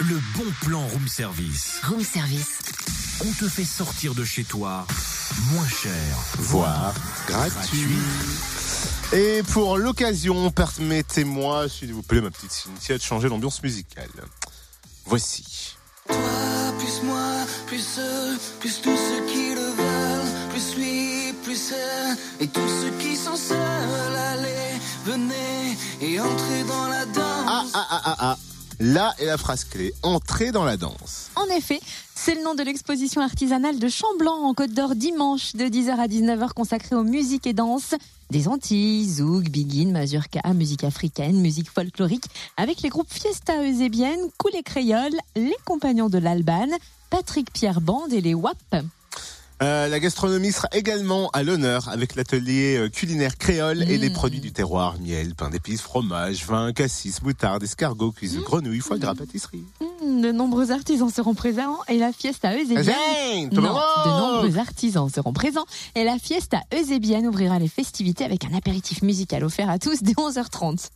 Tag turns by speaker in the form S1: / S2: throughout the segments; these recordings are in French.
S1: Le bon plan room service.
S2: Room service.
S1: On te fait sortir de chez toi moins cher,
S3: voire gratuit. Et pour l'occasion, permettez-moi, s'il vous plaît, ma petite Cynthia, de changer l'ambiance musicale. Voici.
S4: Toi, plus moi, plus eux, plus tous ceux qui le veulent, plus lui, plus elle, et tous ceux qui sont seuls, allez, venez et entrez dans la
S3: Ah,
S4: danse.
S3: ah, ah, ah, ah. Là est la phrase clé. Entrer dans la danse.
S5: En effet, c'est le nom de l'exposition artisanale de Chamblanc en Côte d'Or dimanche de 10h à 19h consacrée aux musiques et danses des Antilles, Zouk, Biguine, Mazurka, musique africaine, musique folklorique, avec les groupes Fiesta Eusébienne, Coulé Créole, Les Compagnons de l'Albane, Patrick Pierre Bande et les WAP.
S3: Euh, la gastronomie sera également à l'honneur avec l'atelier euh, culinaire créole et les
S5: Mmh.
S3: produits du terroir miel, pain d'épices, fromage, vin, cassis, moutarde, escargot,
S5: Mm.
S3: cuisse de grenouille, foie gras, pâtisserie.
S5: Hmm, de nombreux artisans seront présents et la Fiesta Eusébienne.
S3: Zing, tout
S5: Non,
S3: le
S5: de
S3: monde
S5: nombreux artisans seront présents et la Fiesta Eusébienne ouvrira les festivités avec un apéritif musical offert à tous dès 11h30.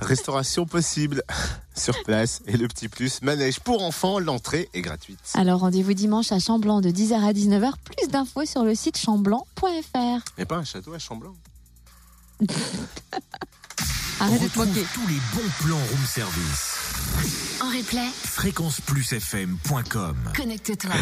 S3: Restauration possible sur place et le petit plus manège pour enfants, l'entrée est gratuite.
S5: Alors rendez-vous dimanche à Chamblanc de 10h à 19h. Plus d'infos sur le site chamblanc.fr.
S3: Et pas un château à Chamblanc.
S5: Arrête de te
S1: Retrouve
S5: moquer.
S1: tous les bons plans room service.
S2: En replay,
S1: Fréquenceplusfm.com
S2: connecte-toi.